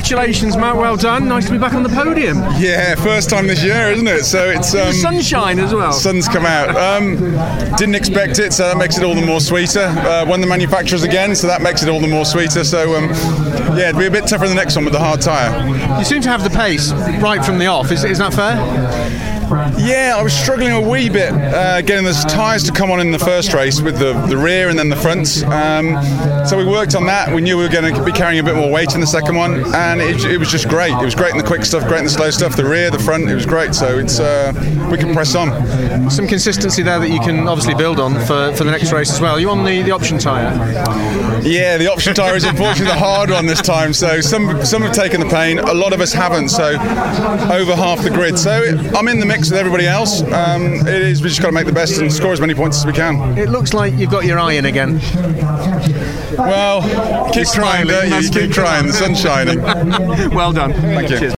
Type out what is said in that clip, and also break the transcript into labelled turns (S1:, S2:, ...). S1: Congratulations, Matt. Well done. Nice to be back on the podium.
S2: Yeah, first time this year, isn't it? So it's um,
S1: The sunshine as well.
S2: sun's come out. Um, didn't expect it, so that makes it all the more sweeter. Uh, won the manufacturers again, so that makes it all the more sweeter. So um, yeah, it'd be a bit tougher in the next one with the hard tyre.
S1: You seem to have the pace right from the off. Is, is that fair?
S2: Yeah, I was struggling a wee bit uh, getting the tyres to come on in the first race with the, the rear and then the fronts. Um, so we worked on that. We knew we were going to be carrying a bit more weight in the second one, and it, it was just great. It was great in the quick stuff, great in the slow stuff, the rear, the front. It was great. So it's uh, we can press on.
S1: Some consistency there that you can obviously build on for, for the next race as well. Are you on the, the option tyre?
S2: Yeah, the option tyre is unfortunately the hard one this time. So some some have taken the pain, a lot of us haven't. So over half the grid. So it, I'm in the mix with everybody else. Um, it is we just got to make the best and score as many points as we can.
S1: It looks like you've got your eye in again.
S2: Well, keep trying,
S1: smiling,
S2: don't you?
S1: that's
S2: You keep
S1: good.
S2: trying. The sun's shining.
S1: well done.
S2: Thank you.
S1: Cheers.